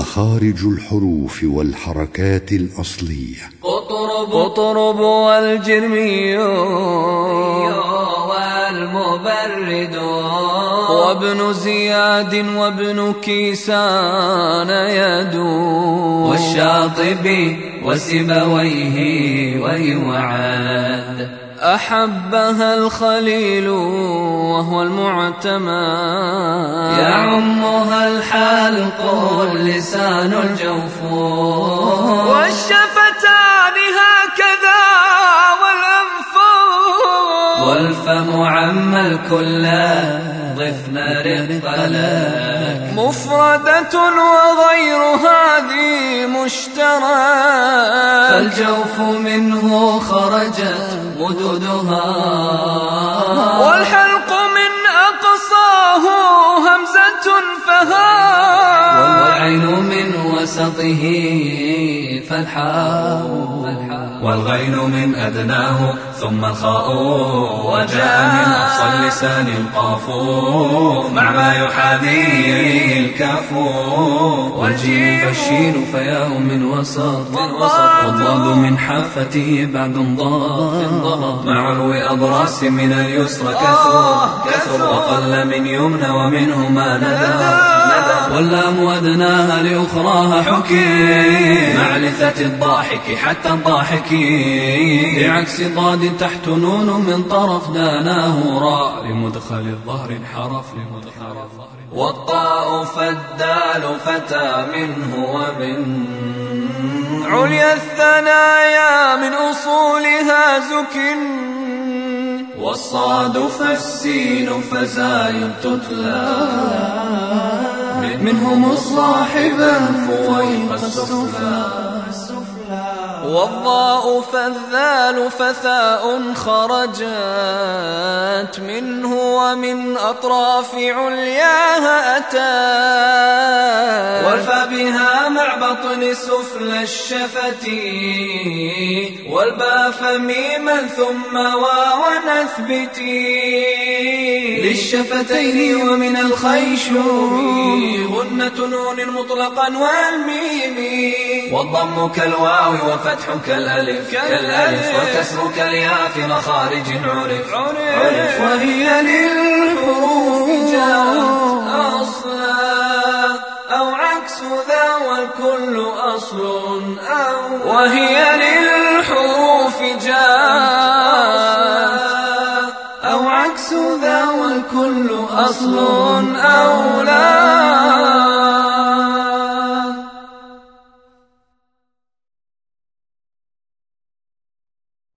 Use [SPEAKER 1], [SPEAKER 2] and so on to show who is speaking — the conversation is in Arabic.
[SPEAKER 1] مخارج الحروف والحركات الأصلية
[SPEAKER 2] قطرب قطرب والجرمي والمبرد وابن زياد وابن كيسان يدور والشاطبي وسبويه ويوعد أحبها الخليل وهو المعتمد يعمها الحلق اللسان الجوف والشفتان هكذا والأنف والفم عما الكل ضفن رقلا مفردة وغير هذه مشترك فالجوف منه خرجت مدودها والحلق من أقصاه همزة فها والعين من وسطه فالحاء
[SPEAKER 3] والغين من أدناه ثم الخاء وجاء من أقصى اللسان القاف مع ما يحاذيه الكاف والجيم فالشين فياء من وسط والضاد من حافته بعد انضاء مع علو أبراس من اليسرى كثر كثر وقل من يمنى ومنهما ندى واللام أدناها لأخراها حكي مع لثة الضاحك حتى الضاحك بعكس ضاد تحت نون من طرف داناه راء لمدخل الظهر انحرف لمدخل الظهر
[SPEAKER 2] والطاء فالدال فتى منه ومن عليا الثنايا من أصولها زكٍ والصاد فالسين فزايد تتلى منهم الصاحبة فويق السفلى والضاء فالذال فثاء خرجت منه ومن أطراف علياها أتى والفا بها مع بطن سفلى الشفة والباء فميما ثم واو نثبتي للشفتين ومن الخيشوم غنة نون مطلقا والميم والضم كالواو وفتح كالألف كالألف والكسر كالياء في مخارج عرف عرف وهي للحروف جاءت أصلا أو عكس ذا والكل أصل أو وهي للحروف جاءت أو عكس ذا والكل أصل أو لا